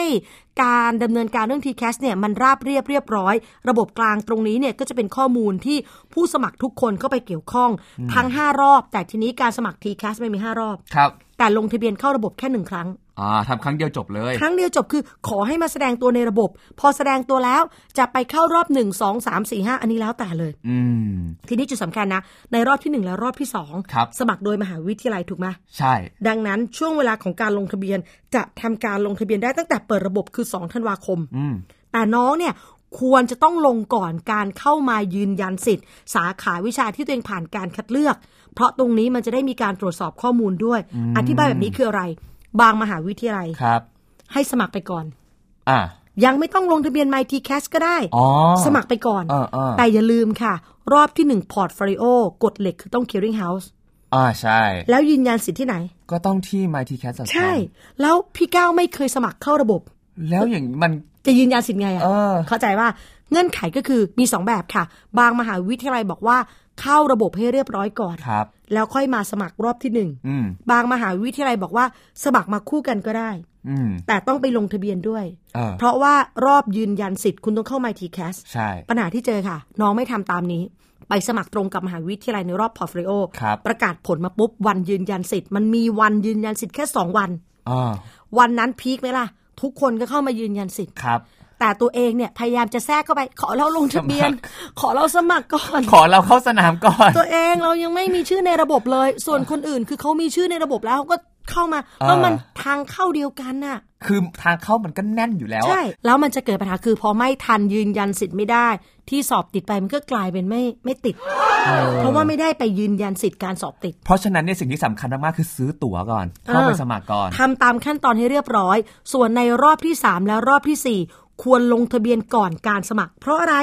Speaker 2: การดำเนินการเรื่อง t c a s เนี่ยมันราบเรียบเรียบร้อย ระบบกลางตรงนี้เนี่ยก็จะเป็นข้อมูลที่ผู้สมัครทุกคนเข้าไปเกี่ยวข้อง ทั้ง 5 รอบ แต่ทีนี้การสมัคร t c a s ไม่มี 5 รอบ
Speaker 3: ครับ
Speaker 2: แต่ลงทะเบียนเข้าระบบแค่หนึ่งครั้ง
Speaker 3: อ่าทำครั้งเดียวจบเลย
Speaker 2: ครั้งเดียวจบคือขอให้มาแสดงตัวในระบบ พอแสดงตัวแล้วจะไปเข้ารอบหนึ่งสองสามสี่ห้าอันนี้แล้วแต่เลย
Speaker 3: อืม
Speaker 2: ทีนี้จุดสำคัญนะ ในรอบที่ 1 และรอบที่ 2
Speaker 3: ครับ
Speaker 2: สมัครโดยมหาวิทยาลัยถูกไหม
Speaker 3: ใช่
Speaker 2: ดังนั้นช่วงเวลาของการลงทะเบียนจะทำการลงทะเบียนได้ตั้งแต่เปิดระบบคือ 2 ธันวาคม
Speaker 3: อืม
Speaker 2: แต่น้องเนี่ยควรจะต้องลงก่อนการเข้ามายืนยันสิทธิ์ สาขาวิชาที่ตัวเองผ่านการคัดเลือก เพราะตรงนี้มันจะได้มีการตรวจสอบข้อมูลด้วย อธิบายแบบนี้คืออะไร บางมหาวิทยาลัย
Speaker 3: ครับ
Speaker 2: ให้สมัครไปก่อน
Speaker 3: อ่า
Speaker 2: ยังไม่ต้องลงทะเบียน MyTCAS ก็ได้
Speaker 3: อ๋อ
Speaker 2: สมัครไปก่อน
Speaker 3: เออเออ
Speaker 2: แต่อย่าลืมค่ะ รอบที่ 1 พอร์ตฟ o ิโอกฎเหล็กคือต้อง clearing house
Speaker 3: อ่าใช่
Speaker 2: แล้วยืนยันสิทธิ์ที่ไหน
Speaker 3: ก็ต้องที่ my t c a s
Speaker 2: ใช่ แล้วพี่ก้าวไม่เคยสมัครเข้าระบบ
Speaker 3: แล้วอย่างมัน
Speaker 2: จะยืนยันสิทธิ์ไงอะ
Speaker 3: เออ
Speaker 2: เข้าใจว่าเงื่อนไขก็คือมี 2 แบบค่ะ บางมหาวิทยาลัยบอกว่าเข้าระบบให้เรียบร้อยก่อน
Speaker 3: ครับ
Speaker 2: แล้วค่อยมาสมัครรอบที่หนึ่ง
Speaker 3: อืม
Speaker 2: บางมหาวิทยาลัยบอกว่าสมัครมาคู่กันก็ได้
Speaker 3: อืม
Speaker 2: แต่ต้องไปลงทะเบียนด้วย
Speaker 3: เออ
Speaker 2: เพราะว่ารอบยืนยันสิทธิ์คุณต้องเข้า MyTCAS
Speaker 3: ใช่
Speaker 2: ปัญหาที่เจอค่ะ น้องไม่ทำตามนี้ ไปสมัครตรงกับมหาวิทยาลัยในรอบพอร์ตโฟลิโอ
Speaker 3: ครับ
Speaker 2: ประกาศผลมาปุ๊บ วันยืนยันสิทธิ์ มันมีวันยืนยันสิทธิ์แค่ 2 วัน
Speaker 3: อ่า
Speaker 2: วันนั้นพีคไหมล่ะ ทุกคนก็เข้ามายืนยันสิทธิ์
Speaker 3: ครับ
Speaker 2: แต่ตัวเองเนี่ยพยายามจะแทรกเข้าไป ขอเราลงทะเบียน
Speaker 3: สมัคร
Speaker 2: ขอเราสมัครก่อน
Speaker 3: ขอเราเข้าสนามก่อน
Speaker 2: ตัวเองเรายังไม่มีชื่อในระบบเลย ส่วนคนอื่นคือเขามีชื่อในระบบแล้วเขาก็เข้ามา
Speaker 3: เออ
Speaker 2: แล้วมันทางเข้าเดียวกันน่ะ
Speaker 3: คือทางเข้ามันก็แน่นอยู่แล้วอะ
Speaker 2: ใช่ แล้วมันจะเกิดปัญหาคือพอไม่ทันยืนยันสิทธิ์ไม่ได้ ที่สอบติดไปมันก็กลายเป็นไม่ไม่ติด เพราะว่าไม่ได้ไปยืนยันสิทธิ์การสอบติด
Speaker 3: เพราะฉะนั้นเนี่ยสิ่งที่สำคัญมากๆคือซื้อตั๋วก่อน เข้าไป
Speaker 2: เออ
Speaker 3: สมัครก่อน
Speaker 2: ทำตามขั้นตอนให้เรียบร้อย ส่วนในรอบที่ 3 และรอบทีสี่ 4 ควรลงทะเบียนก่อนการสมัคร เพราะอะไร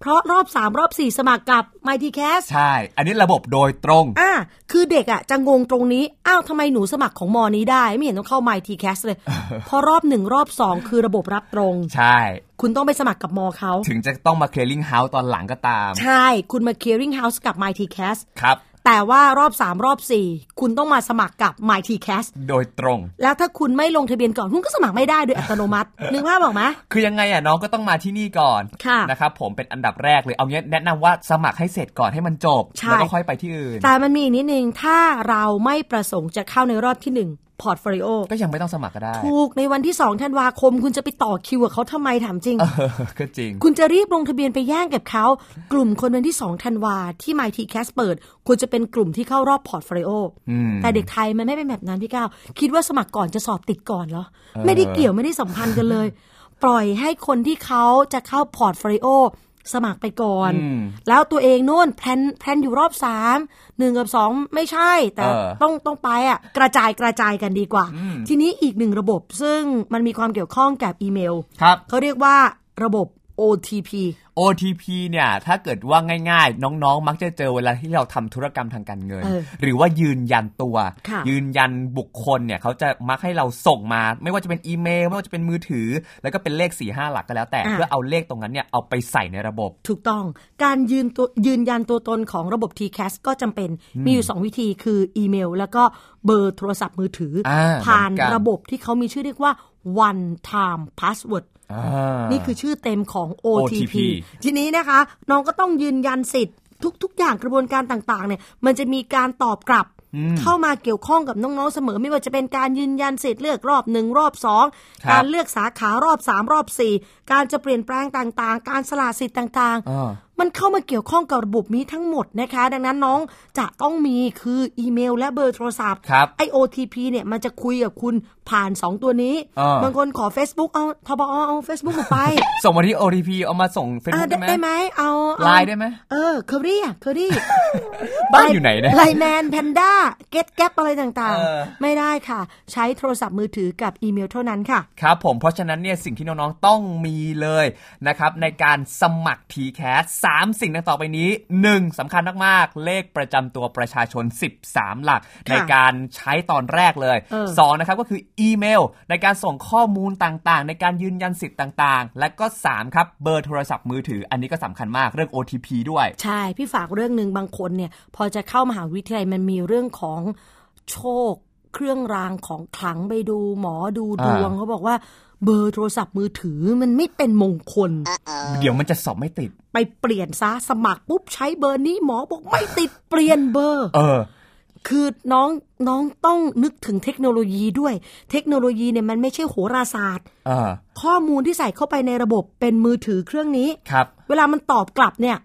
Speaker 2: เพราะรอบ 3 รอบ 4 สมัครกับ Mighty Cast
Speaker 3: ใช่ อันนี้ระบบโดยตรง
Speaker 2: อ่าคือเด็กอ่ะจะงงตรงนี้ อ้าวทำไมหนูสมัครของมอนี้ได้ ไม่เห็นต้องเข้า Mighty Cast เลย เพราะรอบ 1 รอบ 2 คือระบบรับตรง
Speaker 3: ใช่
Speaker 2: คุณต้องไปสมัครกับมอเขา
Speaker 3: ถึงจะต้องมาเคลียร์ลิงเฮาส์ตอนหลังก็ตาม
Speaker 2: ใช่ คุณมา Clearing House กับ Mighty Cast
Speaker 3: ครับ
Speaker 2: แต่ว่ารอบ 3 รอบ 4 คุณต้องมาสมัครกับ Mighty Cast
Speaker 3: โดยตรง
Speaker 2: แล้วถ้าคุณไม่ลงทะเบียนก่อน คุณก็สมัครไม่ได้โดยอัตโนมัติ นึกภาพออกไหม
Speaker 3: คือยังไงอ่ะน้องก็ต้องมาที่นี่ก่อน
Speaker 2: ค่ะ
Speaker 3: นะครับผมเป็นอันดับแรกเลยเอางี้แนะนำว่าสมัครให้เสร็จก่อนให้มันจบ
Speaker 2: ใช่
Speaker 3: แล้วก็ค่อยไปที่อื่น
Speaker 2: แต่มันมีอีกนิดนึง ถ้าเราไม่ประสงค์จะเข้าในรอบที่ 1 พอร์ตโฟลิโอ
Speaker 3: ก็ยังไม่ต้องสมัครก็ได้
Speaker 2: ถูกในวันที่2ธันวาคม คุณจะไปต่อคิวกับเขาทำไมถามจริง
Speaker 3: เออก็จริง
Speaker 2: คุณจะรีบลงทะเบียนไปแย่งกับเขา กลุ่มคนวันที่2ธันวาที่ MIT Cast เปิดควรจะเป็นกลุ่มที่เข้ารอบพอร์ตโฟลิโออ
Speaker 3: ม
Speaker 2: แต่เด็กไทยมันไม่เป็นแบบนั้นพี่ก้าวคิดว่าสมัครก่อนจะสอบติดก่อนเหรอ ไม่ได้เกี่ยวไม่ได้สัมพันธ์กันเลย ปล่อยให้คนที่เขาจะเข้าพอร์ตโฟลิโอสมัครไปก่อน แล้วตัวเองโน่นแพลนแพลนอยู่รอบสามหนึ่งกับสองไม่ใช่ แต่
Speaker 3: เออ
Speaker 2: ต้องต้องไปอ่ะกระจายกระจายกันดีกว่า ทีนี้อีกหนึ่งระบบซึ่งมันมีความเกี่ยวข้องกับอีเมล
Speaker 3: ครับ
Speaker 2: เขาเรียกว่าระบบ OTP
Speaker 3: OTP เนี่ยถ้าเกิดว่าง่ายๆ น้องๆ มักจะเจอเวลาที่เราทำธุรกรรมทางการเงิน
Speaker 2: เออ
Speaker 3: หรือว่ายืนยันตัว
Speaker 2: ค่ะ
Speaker 3: ยืนยันบุคคลเนี่ยเขาจะมักให้เราส่งมา ไม่ว่าจะเป็นอีเมล ไม่ว่าจะเป็นมือถือ แล้วก็เป็นเลข4ีหหลักก็แล้วแต่ เพื่อเอาเลขตรงนั้นเนี่ยเอาไปใส่ในระบบ
Speaker 2: ถูกต้อง การยืนตัวยืนยันตัวตนของระบบ TCAS ก็จำเป็น มีอยู่ 2 วิธีคืออีเมล แล้วก็เบอร์โทรศัพท์มือถืออา ผ่าน
Speaker 3: เหมือนกัน
Speaker 2: ระบบที่เขามีชื่อเรียกว่า one time password
Speaker 3: อ่า
Speaker 2: นี่คือชื่อเต็มของ
Speaker 3: OTP
Speaker 2: OTP ทีนี้นะคะ น้องก็ต้องยืนยันสิทธิ์ ทุก ๆ อย่างกระบวนการต่างๆเนี่ยมันจะมีการตอบกลับ เข้ามาเกี่ยวข้องกับน้อง ๆ เสมอ ไม่ว่าจะเป็นการยืนยันสิทธิ์เลือกรอบหนึ่งรอบสอง
Speaker 3: ครับ
Speaker 2: การเลือกสาขารอบสามรอบสี่การจะเปลี่ยนแปลงต่างๆ การสละสิทธิ์ต่าง
Speaker 3: อ่า
Speaker 2: มันเข้ามาเกี่ยวข้องกับระบบนี้ทั้งหมดนะคะ ดังนั้นน้องจะต้องมีคืออีเมล และเบอร์โทรศัพท์
Speaker 3: ครับ
Speaker 2: ไอ OTP เนี่ยมันจะคุยกับคุณผ่าน 2 ตัวนี้
Speaker 3: อ่า
Speaker 2: บางคนขอ Facebook เอาทบอเอา Facebook มาไป
Speaker 3: ส่งมาที่ OTP เอามาส่งเฟซ
Speaker 2: อ่า
Speaker 3: บุ๊ก
Speaker 2: ได้
Speaker 3: ได้
Speaker 2: ได้
Speaker 3: ไหม
Speaker 2: ไหมเอาเอา
Speaker 3: ไลน์ได้ไหม
Speaker 2: เออเคอรี่อะเคอรี่
Speaker 3: บ้านอยู่ไหนเนี่ย
Speaker 2: ไลแมนแพนด้าเก็ตแก๊ปอะไรต่าง
Speaker 3: เออ
Speaker 2: ๆ ไม่ได้ค่ะ ใช้โทรศัพท์มือถือกับอีเมลเท่านั้นค่ะ
Speaker 3: ครับผมเพราะฉะนั้นเนี่ยสิ่งที่น้องๆต้องมีเลยนะครับในการสมัคร TCAS 3สิ่งดังต่อไปนี้ 1สำคัญมากๆ เลขประจำตัวประชาชน 13 หลัก
Speaker 2: ค่ะ
Speaker 3: ในการใช้ตอนแรกเลย
Speaker 2: เออ
Speaker 3: สองนะครับก็คืออีเมล ในการส่งข้อมูลต่างๆ ในการยืนยันสิทธิ์ต่างๆ และก็สามครับเบอร์โทรศัพท์มือถือ อันนี้ก็สำคัญมากเรื่อง OTP ด้วย
Speaker 2: ใช่ พี่ฝากเรื่องหนึ่งบางคนเนี่ย พอจะเข้ามหาวิทยาลัยมันมีเรื่องของโชค เครื่องรางของขลังไปดู หมอดูดวง
Speaker 3: อ่า
Speaker 2: เขาบอกว่าเบอร์โทรศัพท์มือถือมันไม่เป็นมงคล
Speaker 3: เดี๋ยวมันจะสอบไม่ติด
Speaker 2: ไปเปลี่ยนซะสมัครปุ๊บใช้เบอร์นี้หมอบอกไม่ติดเปลี่ยนเบอร์
Speaker 3: เออ
Speaker 2: คือน้องน้องต้องนึกถึงเทคโนโลยีด้วย เทคโนโลยีเนี่ยมันไม่ใช่โหราศาสตร์
Speaker 3: เออ
Speaker 2: ข้อมูลที่ใส่เข้าไปในระบบเป็นมือถือเครื่องนี้
Speaker 3: ครับ
Speaker 2: เวลามันตอบกลับเนี่ย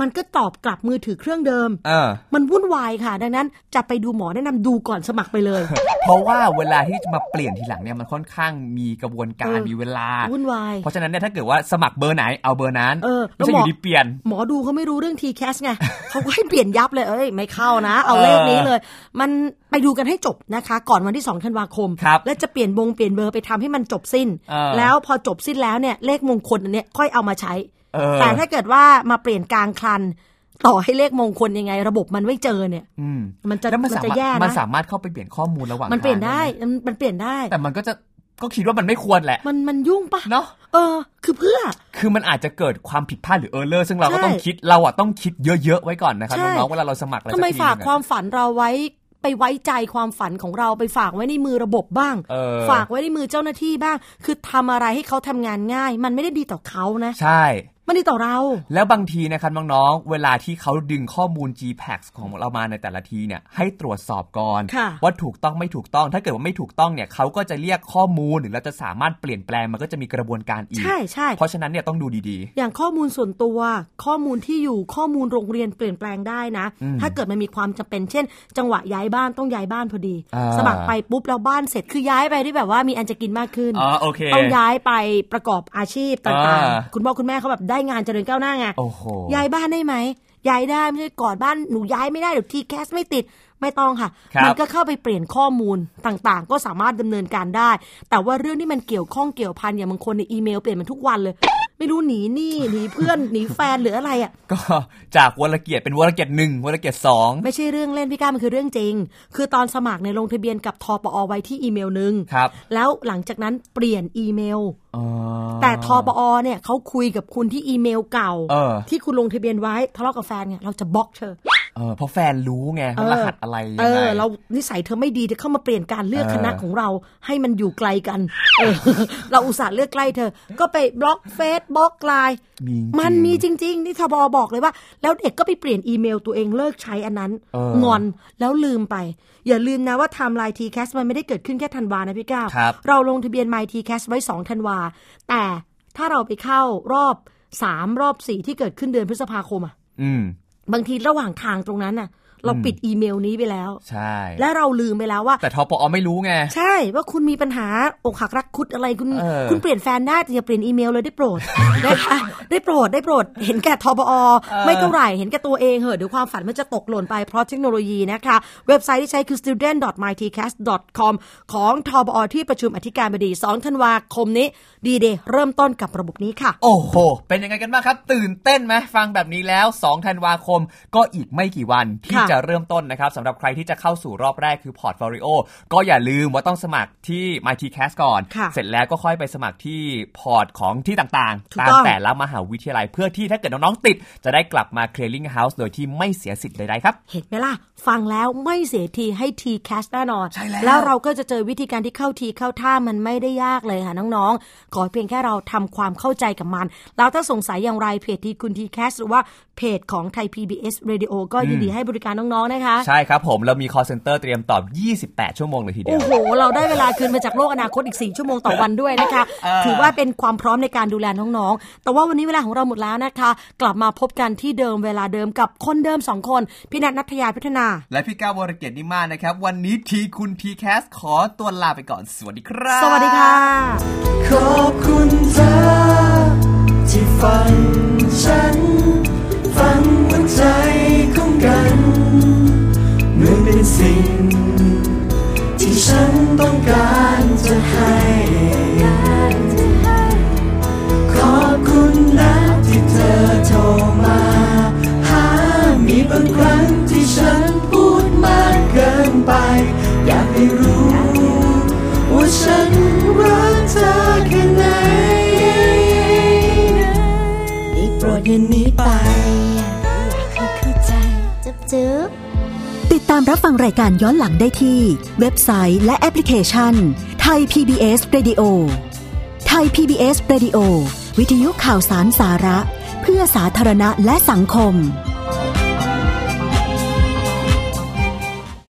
Speaker 2: มันก็ตอบกลับมือถือเครื่องเดิม
Speaker 3: เออ
Speaker 2: มันวุ่นวายค่ะ ดังนั้นจะไปดูหมอแนะนำดูก่อนสมัครไปเลย
Speaker 3: เพราะว่าเวลาที่จะมาเปลี่ยนทีหลังเนี่ยมันค่อนข้างมีกระบวนการ
Speaker 2: เออ
Speaker 3: มีเวลา
Speaker 2: วุ่นวาย
Speaker 3: เพราะฉะนั้นเนี่ยถ้าเกิดว่าสมัครเบอร์ไหนเอาเบอร์นั้น
Speaker 2: เออแล้
Speaker 3: ไม่
Speaker 2: ว
Speaker 3: ใช่
Speaker 2: หมอ
Speaker 3: อยู่ดีเปลี่ยน
Speaker 2: หมอดูเขาไม่รู้เรื่อง t c a s ไง เขาก็ให้เปลี่ยนยับเลยเอ้ย ไม่เข้านะ เอาเลขนี้เลย มันไปดูกันให้จบนะคะ ก่อนวันที่2ธันวาคม
Speaker 3: ครับ
Speaker 2: และจะเปลี่ยนวงเปลี่ยนเบอร์ไปทำให้มันจบสิ้น
Speaker 3: เออ
Speaker 2: แล้วพอจบสิ้นแล้วเนี่ยเลขมงคลอันเนี้ยค่อยเอามาใช้
Speaker 3: เออ
Speaker 2: แต่ถ้าเกิดว่ามาเปลี่ยนกลางคลัน ต่อให้เลขมงคลยังไง ระบบมันไม่เจอเนี่ย
Speaker 3: อืม
Speaker 2: มันจะ
Speaker 3: แล้ว
Speaker 2: มั
Speaker 3: มัน นสา
Speaker 2: จะ
Speaker 3: มารถ
Speaker 2: แย่
Speaker 3: มัน
Speaker 2: นะ
Speaker 3: สามารถเข้าไปเปลี่ยนข้อมูลระหว่าง
Speaker 2: มันเปลี่ยน
Speaker 3: ทาง
Speaker 2: ได้มันมันเปลี่ยนได้
Speaker 3: แต่มันก็จะก็คิดว่ามันไม่ควรแหละ
Speaker 2: มันมันยุ่งปะ
Speaker 3: เนอะ
Speaker 2: เออ คือเพื่อ
Speaker 3: คือมันอาจจะเกิดความผิดพลาดหรือเออร์เลอร์ซึ่งเราก็
Speaker 2: ใช่
Speaker 3: ต้องคิดเราอ่ะต้องคิดเยอะๆไว้ก่อนนะครับ
Speaker 2: ใช่
Speaker 3: น้องๆเวลาเราสมัครอะไรสั
Speaker 2: ทำ
Speaker 3: ก
Speaker 2: ไม
Speaker 3: ที
Speaker 2: ฝาก
Speaker 3: หนึ่ง
Speaker 2: ค
Speaker 3: อะ
Speaker 2: วามฝันเราไว้ไปไว้ใจความฝันของเราไปฝากไว้ในมือระบบบ้าง
Speaker 3: เออ
Speaker 2: ฝากไว้ในมือเจ้าหน้าที่บ้าง คือทำอะไรให้เขาทำงานง่าย มันไม่ได้ดีต่อเขานะ
Speaker 3: ใช่
Speaker 2: มันดีต่อเรา
Speaker 3: แล้วบางทีนะครับน้องๆ เวลาที่เขาดึงข้อมูล GPAX ของเรามาในแต่ละทีเนี่ยให้ตรวจสอบก่อน
Speaker 2: ค่ะ
Speaker 3: ว่าถูกต้องไม่ถูกต้อง ถ้าเกิดว่าไม่ถูกต้องเนี่ยเขาก็จะเรียกข้อมูลหรือเราจะสามารถเปลี่ยนแปลงมันก็จะมีกระบวนการอีก
Speaker 2: ใช่ใช่
Speaker 3: เพราะฉะนั้นเนี่ยต้องดูดี
Speaker 2: อย่างข้อมูลส่วนตัวข้อมูลที่อยู่ข้อมูลโรงเรียนเปลี่ยนแปลงได้นะ ถ้าเกิดมันมีความจำเป็นเช่น จังหวะย้ายบ้านต้องย้ายบ้านพอดี
Speaker 3: อ่า
Speaker 2: สมัครไปปุ๊บแล้วบ้านเสร็จคือย้ายไปที่แบบว่ามีอันจะกินมากขึ้น
Speaker 3: อ๋อโอเค
Speaker 2: ต้องย้ายไปประกอบอาชีพต่าง
Speaker 3: อ่า
Speaker 2: ๆ คุณพ่อคุณแม่เขาแบบได้งานเจริญก้าวหน้าไง
Speaker 3: ๆ โอ้โห
Speaker 2: ย้ายบ้านได้ไหมย้ายได้ไม่ใช่กอดบ้านหนูย้ายไม่ได้เดี๋ยวทีแคสไม่ติดไม่ต้องค่ะ
Speaker 3: ครับ
Speaker 2: มัก็เข้าไปเปลี่ยนข้อมูลต่างๆ ก็สามารถดำเนินการได้ แต่ว่าเรื่องที่มันเกี่ยวข้องเกี่ยวพันอย่างบางคนในอีเมลเปลี่ยนมันทุกวันเลย ไม่รู้หนีหนี้หนีเพื่อน หนีแฟนหรืออะไรอ่ะ
Speaker 3: ก็ จากวรเกียรติเป็นวรเกียรติหนึ่งวรเกียรติสอง
Speaker 2: ไม่ใช่เรื่องเล่นพี่ก้ามันคือเรื่องจริง คือตอนสมัครในยลงทะเบียนกับทปอไว้ที่อีเมลหนึ่ง
Speaker 3: ครับ
Speaker 2: แล้วหลังจากนั้นเปลี่ยนอีเมล
Speaker 3: อ๋อ
Speaker 2: แต่ทปอเนี่ยเขาคุยกับคุณที่อีเมลเก่า
Speaker 3: เออ
Speaker 2: ที่คุณลงทะเบียนไว้ทะเลาะกับแฟนเนี่ยเราจะบล็อกเธอ
Speaker 3: เออเพราะแฟนรู้ไง
Speaker 2: เอ
Speaker 3: ว่า
Speaker 2: อ
Speaker 3: รหัสอะไรยังไง
Speaker 2: เออ เรานิสัยเธอไม่ดีเธอเข้ามาเปลี่ยนการเลือก
Speaker 3: เออ
Speaker 2: คณะของเราให้มันอยู่ไกลกัน เออ เราอุตส่าห์เลือกใกล้เธอ ก็ไปบล็อกเฟซบล็อกไลน์
Speaker 3: มีจริง
Speaker 2: มันมีจริง ๆ นี่ทบอบอกเลยว่า แล้วเด็กก็ไปเปลี่ยนอีเมลตัวเองเลิกใช้อันนั้น
Speaker 3: เออง
Speaker 2: อนแล้วลืมไป อย่าลืมนะว่าไทม์ไลน์ทีแคสมันไม่ได้เกิดขึ้นแค่ธันวานะพี่ก้าว
Speaker 3: ครับ
Speaker 2: เราลงทะเบียน My t c a s ไว้2ธันวา แต่ถ้าเราไปเข้ารอบสามรอบสี่ที่เกิดขึ้นเดือนพฤษภาคมอะ
Speaker 3: อืม
Speaker 2: บางทีระหว่างทางตรงนั้นน่ะ เราปิดอีเมลนี้ไปแล้ว
Speaker 3: ใช่
Speaker 2: และเราลืมไปแล้วว่า
Speaker 3: แต่ทอปอไม่รู้ไง
Speaker 2: ใช่ว่าคุณมีปัญหาอกหักรักคุดอะไรคุณ
Speaker 3: เออ
Speaker 2: คุณเปลี่ยนแฟนได้แต่อย่าเปลี่ยนอีเมลเลยได้โปรด นะคะได้โปรดได้โปรด เห็นแก่ทบอ ไม่เท่าไหร่ เห็นแก่ตัวเองเหอะเดี๋ยวความฝันมันจะตกหล่นไปเพราะเทคโนโลยีนะคะ เว็บไซต์ที่ใช้คือ student.mytcast.com ของทบอ ที่ประชุมอธิการบดี 2 ธันวาคมนี้ดีเดย์เริ่มต้นกับระบบนี้ค่ะ
Speaker 3: โอ้โห เป็นยังไงกันบ้างครับ ตื่นเต้นไหมฟังแบบนี้แล้ว 2 ธันวาคม ก็อีกไม่กี่วันที่
Speaker 2: ค่ะ
Speaker 3: จะเริ่มต้นนะครับสำหรับใครที่จะเข้าสู่รอบแรกคือ Portfolio ก็อย่าลืมว่าต้องสมัครที่ MyTCast ก่อน
Speaker 2: ค่ะ
Speaker 3: เสร็จแล้วก็ค่อยไปสมัครที่พอร์ตของที่ต่าง
Speaker 2: ถู
Speaker 3: ๆ
Speaker 2: ก
Speaker 3: ตาม
Speaker 2: ต้อง
Speaker 3: แต่ละมหาวิทยาลัยเพื่อที่ถ้าเกิดน้องๆติด จะได้กลับมา Clearing House โดยที่ไม่เสียสิทธิ์ใดๆครับ
Speaker 2: เห็นไหมล่ะ ฟังแล้วไม่เสียทีให้ทีแคสแน่นอน
Speaker 3: ใช่แล้ว
Speaker 2: แล้วเราก็จะเจอวิธีการที่เข้าทีเข้าท่ามันไม่ได้ยากเลยค่ะ น้องๆ ขอเพียงแค่เราทำความเข้าใจกับมัน แล้วถ้าสงสัยอย่างไรเพจทีคุณทีแคสหรือว่าเพจของไทย PBS Radio ก็ยินดีให้บริการน้องๆ นะคะ
Speaker 3: ใช่ครับผมเรามี call center เตรียมตอบ 28 ชั่วโมงเลยทีเดีย
Speaker 2: โอ้
Speaker 3: ว
Speaker 2: โห เราได้เวลาคืนมาจากโลกอนาคตอีก 4 ชั่วโมงต่อวันด้วยนะคะ ถือว่าเป็นความพร้อมในการดูแลน้องๆ แต่ว่าวันนี้เวลาของเราหมดแล้วนะคะ กลับมาพบกันที่เดิมเวลาเดิมกับคนเดิมสองคนพี่แนทนัทยาพัฒนา
Speaker 3: และพี่ก้าววรเกียรตินิมานนะครับ วันนี้ทีคุณทีแคสขอตัวลาไปก่อน สวัสดีครับ
Speaker 2: สวัสดีค่ะ
Speaker 1: ขอบคุณเธอที่ฟังฉัน ฟังหัวใจของกันเหมือนเป็นสิ่ง ที่ฉันต้องการจะให้ ขอบคุณนะที่เธอโทรมา หา มีบางครั้งที่ฉันพูดมากเกินไป อยากให้รู้ ว่าฉันรักเธอแค่ไหนได้โปรดอย่าหนีไป
Speaker 5: ติดตามรับฟังรายการย้อนหลังได้ที่ เว็บไซต์และแอปพลิเคชันไทย PBS Radio ไทย PBS Radio วิทยุข่าวสารสาระ เพื่อสาธารณะและสังคม